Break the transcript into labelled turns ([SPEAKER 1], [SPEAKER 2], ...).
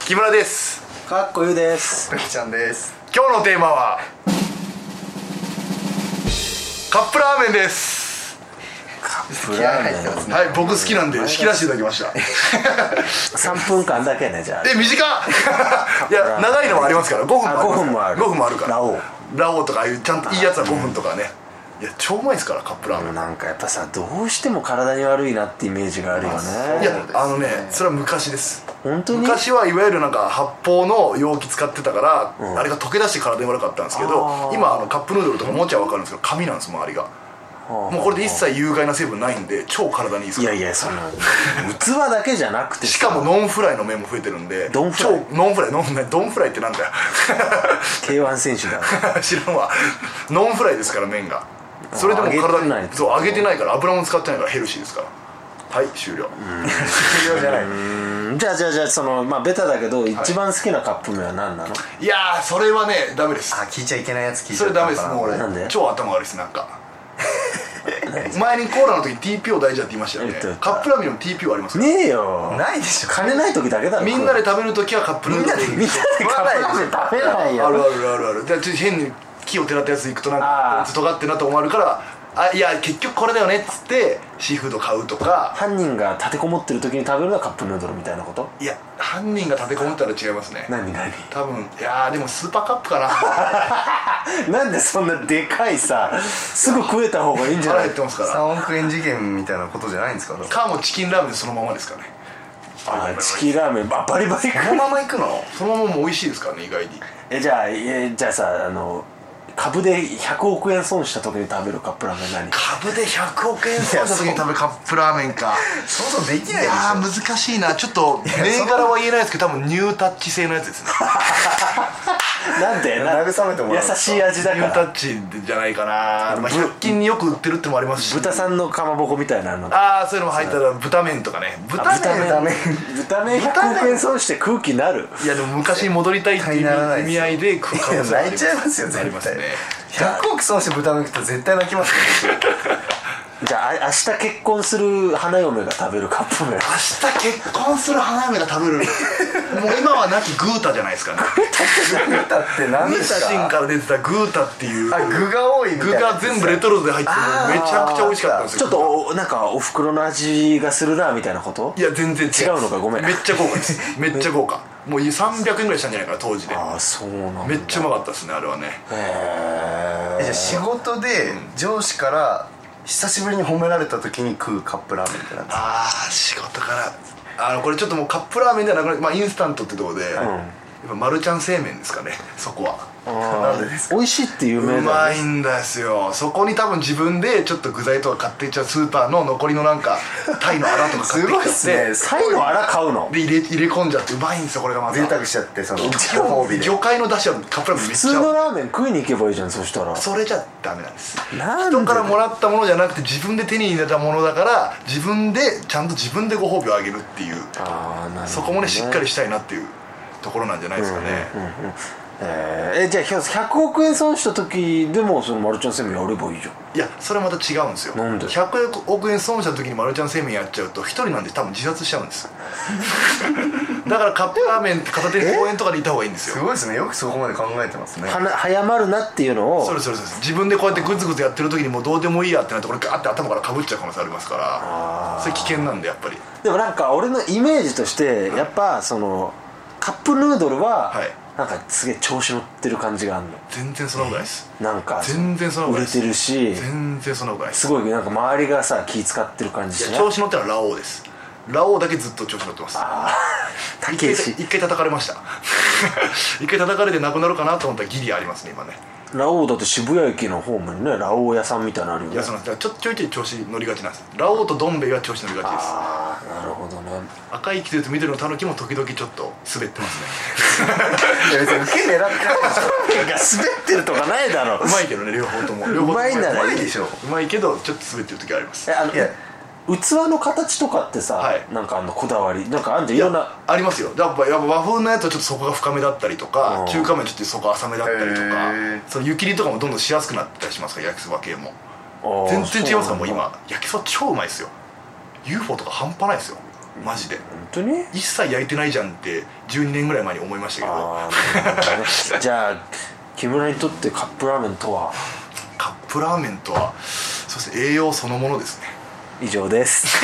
[SPEAKER 1] 木村です
[SPEAKER 2] かっこゆうです
[SPEAKER 3] かきちゃんです
[SPEAKER 1] 今日のテーマはカップラーメンです
[SPEAKER 3] 気合入ってますね
[SPEAKER 1] はい僕好きなんで引き出していただきました
[SPEAKER 2] 3分間だけねじゃあ
[SPEAKER 1] え短っいや長いのもありますから5分もあります
[SPEAKER 2] あ5分もある
[SPEAKER 1] 5分もあるから
[SPEAKER 2] ラオウ
[SPEAKER 1] ラオウとかああいうちゃんといいやつは5分とかねいや超うまいですからカップラーメン
[SPEAKER 2] なんかやっぱさどうしても体に悪いなってイメージがあるよ
[SPEAKER 3] あ
[SPEAKER 1] い
[SPEAKER 2] ね
[SPEAKER 3] そう
[SPEAKER 1] や
[SPEAKER 3] ですね
[SPEAKER 1] あのねそれは昔です
[SPEAKER 2] 本当に
[SPEAKER 1] 昔はいわゆるなんか発泡の容器使ってたから、あれが溶け出して体に悪かったんですけ
[SPEAKER 2] あ
[SPEAKER 1] ど
[SPEAKER 2] ー
[SPEAKER 1] 今あのカップヌードルとかもちゃ分かるんですけど紙なんです周りが
[SPEAKER 2] あ
[SPEAKER 1] もうこれで一切有害な成分ないんで超体にいいです
[SPEAKER 2] い
[SPEAKER 1] か
[SPEAKER 2] や
[SPEAKER 1] ら
[SPEAKER 2] いやその器だけじゃなくて
[SPEAKER 1] し
[SPEAKER 2] さ
[SPEAKER 1] かもノンフライの面も増えてるんで
[SPEAKER 2] ドンフライ
[SPEAKER 1] 超ノンフライノンフライドンフライってなんだよ
[SPEAKER 2] K1 選手だ
[SPEAKER 1] 知らんわノンフライですから麺がそれでも
[SPEAKER 2] 揚げ
[SPEAKER 1] 体
[SPEAKER 2] てない
[SPEAKER 1] にそう揚げてないから油も使ってないからヘルシーですからはい終了
[SPEAKER 3] 終了じゃない
[SPEAKER 2] うんじゃあじゃあじゃあそのまあベタだけど一番好きなカップ麺は何なの
[SPEAKER 1] いやーそれはねダメです
[SPEAKER 3] あ聞いちゃいけないやつ聞いち
[SPEAKER 1] そ
[SPEAKER 3] ゃ
[SPEAKER 1] れ
[SPEAKER 3] っ
[SPEAKER 1] ダ
[SPEAKER 3] た
[SPEAKER 1] メ
[SPEAKER 3] の
[SPEAKER 1] です
[SPEAKER 3] かな
[SPEAKER 1] もう
[SPEAKER 2] なんで
[SPEAKER 1] 俺超頭悪いですなんか前にコーラの時 TPO 大事だって言いましたよね
[SPEAKER 2] 言った言った
[SPEAKER 1] カップラーメンにも TPO ありますよ
[SPEAKER 2] ねえよ
[SPEAKER 3] ないでしょ
[SPEAKER 2] 金ない時だけだろ
[SPEAKER 1] みんなで食べる時はカップラーメン
[SPEAKER 3] みんな
[SPEAKER 2] み
[SPEAKER 3] で
[SPEAKER 2] んなでカップラーメン食べない
[SPEAKER 1] ある
[SPEAKER 2] よ
[SPEAKER 1] あるあるあるでちょっと変に木をてらったやつ行くとなん
[SPEAKER 2] あー
[SPEAKER 1] かこいつ尖ってんなと思われるからあいや結局これだよねっつってシーフード買うとか
[SPEAKER 2] 犯人が立てこもってる時に食べるのはカップヌードルみたいなこと
[SPEAKER 1] いや犯人が立てこもったら違いますね
[SPEAKER 2] 何何
[SPEAKER 1] 多分いやーでもスーパーカップかな 腹
[SPEAKER 2] なんでそんなでかいさすぐ食えた方がいいんじゃない
[SPEAKER 1] 減ってますから
[SPEAKER 3] 3億円事件みたいなことじゃないんですかそ
[SPEAKER 1] かもチキンラーメンそのままですかね
[SPEAKER 2] あーチキンラーメンばバリバリ食う
[SPEAKER 3] の まま行くの
[SPEAKER 1] そのままも美味しいですからね意外に
[SPEAKER 2] えじゃあえじゃあさあの株で100億円損した時に食べるカップラーメン何
[SPEAKER 1] 株で100億円
[SPEAKER 3] 損した時に
[SPEAKER 1] 食べるカップラーメンか
[SPEAKER 3] そもそもでき
[SPEAKER 1] い
[SPEAKER 3] ないでしょ
[SPEAKER 1] やー難しいなちょっと銘柄は言えないですけど多分ニュータッチ製のやつですね
[SPEAKER 2] なんでな
[SPEAKER 3] 慰めてもらうんですか
[SPEAKER 2] 優しい味だ
[SPEAKER 1] ニュー
[SPEAKER 2] か
[SPEAKER 1] タ
[SPEAKER 2] ら
[SPEAKER 1] ッチじゃないかな、まあ、100均によく売ってるってのもありますし
[SPEAKER 2] 豚さんのかまぼこみたいなの
[SPEAKER 1] ああそういうのも入ったら豚麺とかね豚麺
[SPEAKER 2] 豚麺豚麺100億円損して空気なる
[SPEAKER 1] いやでも昔に戻りたいっていう
[SPEAKER 3] 絶対ならない
[SPEAKER 1] 意
[SPEAKER 3] です
[SPEAKER 1] 味合いで食う可能性はあり
[SPEAKER 3] 泣いちゃいますよ
[SPEAKER 1] あり
[SPEAKER 3] 絶
[SPEAKER 1] ます
[SPEAKER 3] 対
[SPEAKER 1] ね
[SPEAKER 3] 100億損して豚の肉って絶対泣きますよ
[SPEAKER 2] じゃああ明日結婚する花嫁が食べるカップ麺
[SPEAKER 1] 明日結婚する花嫁が食べる もう今は亡きグータじゃないですかね
[SPEAKER 3] 豚って 何で
[SPEAKER 1] 写
[SPEAKER 3] す
[SPEAKER 1] 真か
[SPEAKER 3] か
[SPEAKER 1] ら出てたグータっていう
[SPEAKER 3] あ 具が多いみたい
[SPEAKER 1] 具
[SPEAKER 3] な
[SPEAKER 1] が全部レトルトで入ってて
[SPEAKER 3] あー
[SPEAKER 1] めちゃくちゃ美味しかったんですよ
[SPEAKER 2] ちょっとおなんかお袋の味がするなみたいなこと
[SPEAKER 1] いや全然違
[SPEAKER 2] 違うのかごめん
[SPEAKER 1] めっちゃ豪華 ですめっちゃ豪華もう300円ぐらいしたんじゃないかな当時で
[SPEAKER 2] ああそうなんだ
[SPEAKER 1] めっちゃうまかったですねあれはね
[SPEAKER 2] へ
[SPEAKER 3] えじゃあ
[SPEAKER 2] え
[SPEAKER 3] 仕事で上司から久しぶりに褒められた時に食うカップラーメンってなんですか
[SPEAKER 1] ああ仕事からあのこれちょっともうカップラーメンではなくなまあインスタントってとこで、やっぱマルちゃん製麺ですかねそこは
[SPEAKER 3] なんでですか
[SPEAKER 2] 美味しいって有
[SPEAKER 1] う
[SPEAKER 2] 名だ
[SPEAKER 1] ま
[SPEAKER 2] よね
[SPEAKER 1] いんですよそこに多分自分でちょっと具材とか買っていっちゃうスーパーの残りのなんかタイのアラとか買ってきちゃって
[SPEAKER 3] すごいっすね
[SPEAKER 2] タイのアラ買うの
[SPEAKER 1] で入れ入れ込んじゃってうまいんですよこれがまた
[SPEAKER 3] 贅沢しちゃってそ のご褒美で
[SPEAKER 1] 魚介の出汁はカップラーメンめっ
[SPEAKER 2] 普
[SPEAKER 1] ちゃ
[SPEAKER 2] 通のラーメン食いに行けばいいじゃんそしたら
[SPEAKER 1] それじゃダメなんです
[SPEAKER 2] なんで
[SPEAKER 1] 人からもらったものじゃなくて自分で手に入れたものだから自分でちゃんと自分でご褒美をあげるっていう
[SPEAKER 2] ああなるほど、ね、
[SPEAKER 1] そこもねしっかりしたいなっていうところなんじゃないですかね、
[SPEAKER 2] えーえじゃあひょ100億円損した時でもそのマルちゃんセミやればいいじゃん
[SPEAKER 1] いやそれまた違うんですよ
[SPEAKER 2] なんで
[SPEAKER 1] 100億円損した時にマルちゃん製麺やっちゃうと一人なんで多分自殺しちゃうんです だからカップラーメン片手に公園とかにいた方がいいんです
[SPEAKER 3] す
[SPEAKER 1] よ
[SPEAKER 3] ごいですねよくそこまで考えて ますね
[SPEAKER 2] はな早まるなっていうのを
[SPEAKER 1] そうですそうですそうです自分でこうやってグツグツやってる時にもうどうでもいいやってなってこれガーって頭からかぶっちゃう可能性ありますからそれ危険なんでやっぱり
[SPEAKER 2] でもなんか俺のイメージとしてやっぱそのカップヌードルは
[SPEAKER 1] はい
[SPEAKER 2] なんかすげえ調子乗ってる感じがあるの
[SPEAKER 1] 全然そんなことないです
[SPEAKER 2] なんか
[SPEAKER 1] 全然そんなことな
[SPEAKER 2] 売
[SPEAKER 1] い
[SPEAKER 2] れ
[SPEAKER 1] です
[SPEAKER 2] てるし
[SPEAKER 1] 全然そんなことないです
[SPEAKER 2] すごいなんか周りがさ気使ってる感じし
[SPEAKER 1] い
[SPEAKER 2] な
[SPEAKER 1] や
[SPEAKER 2] い
[SPEAKER 1] 調子乗ったのはラオウですラオウだけずっと調子乗ってます
[SPEAKER 2] た
[SPEAKER 1] 一
[SPEAKER 2] け
[SPEAKER 1] 回
[SPEAKER 2] し
[SPEAKER 1] 一回叩かれました 一回叩かれてなくなるかなと思ったらギリありますね今ね
[SPEAKER 2] ラオウだって渋谷駅のホームにねラオウ屋さんみたいなのあるよ
[SPEAKER 1] い
[SPEAKER 2] ね
[SPEAKER 1] やそのちょちょいちょい調子乗りがちなんですラオウとドンベイは調子乗りがちです
[SPEAKER 2] ああなるほどね
[SPEAKER 1] 赤い季節緑のタヌキも時々ちょっと滑ってますね
[SPEAKER 3] いや別に受け狙ってないでし
[SPEAKER 2] いや滑ってるとかないだ ろ
[SPEAKER 1] うまいけどね両方とも両方とも
[SPEAKER 2] うまいな
[SPEAKER 3] ょ
[SPEAKER 2] ら
[SPEAKER 3] 怖
[SPEAKER 2] い
[SPEAKER 3] い
[SPEAKER 2] い
[SPEAKER 3] でしょ
[SPEAKER 1] うまいけどちょっと滑ってる時あります
[SPEAKER 2] えあの
[SPEAKER 3] いや
[SPEAKER 2] 器の形とかってさ、
[SPEAKER 1] はい
[SPEAKER 2] なんかあのこだわりなんかあんじゃんいろんな
[SPEAKER 1] ありますよやっぱやっぱ和風のやつはちょっとそこが深めだったりとか
[SPEAKER 2] うん
[SPEAKER 1] 中華麺ちょっとそこ浅めだったりと
[SPEAKER 3] へ
[SPEAKER 1] か
[SPEAKER 3] ー
[SPEAKER 1] その湯切りとかもどんどんしやすくなってたりしますから焼きそば系も
[SPEAKER 2] あー
[SPEAKER 1] 全然違いますからもう
[SPEAKER 2] そなんだ
[SPEAKER 1] 今焼きそば超うまいですよ UFO とか半端ないですよマジで
[SPEAKER 2] 本当に
[SPEAKER 1] 一切焼いてないじゃんって12年ぐらい前に思いましたけど
[SPEAKER 2] ああじゃあ木村にとってカップラーメンとは
[SPEAKER 1] カップラーメンとはそうですね栄養そのものですね
[SPEAKER 2] 以上です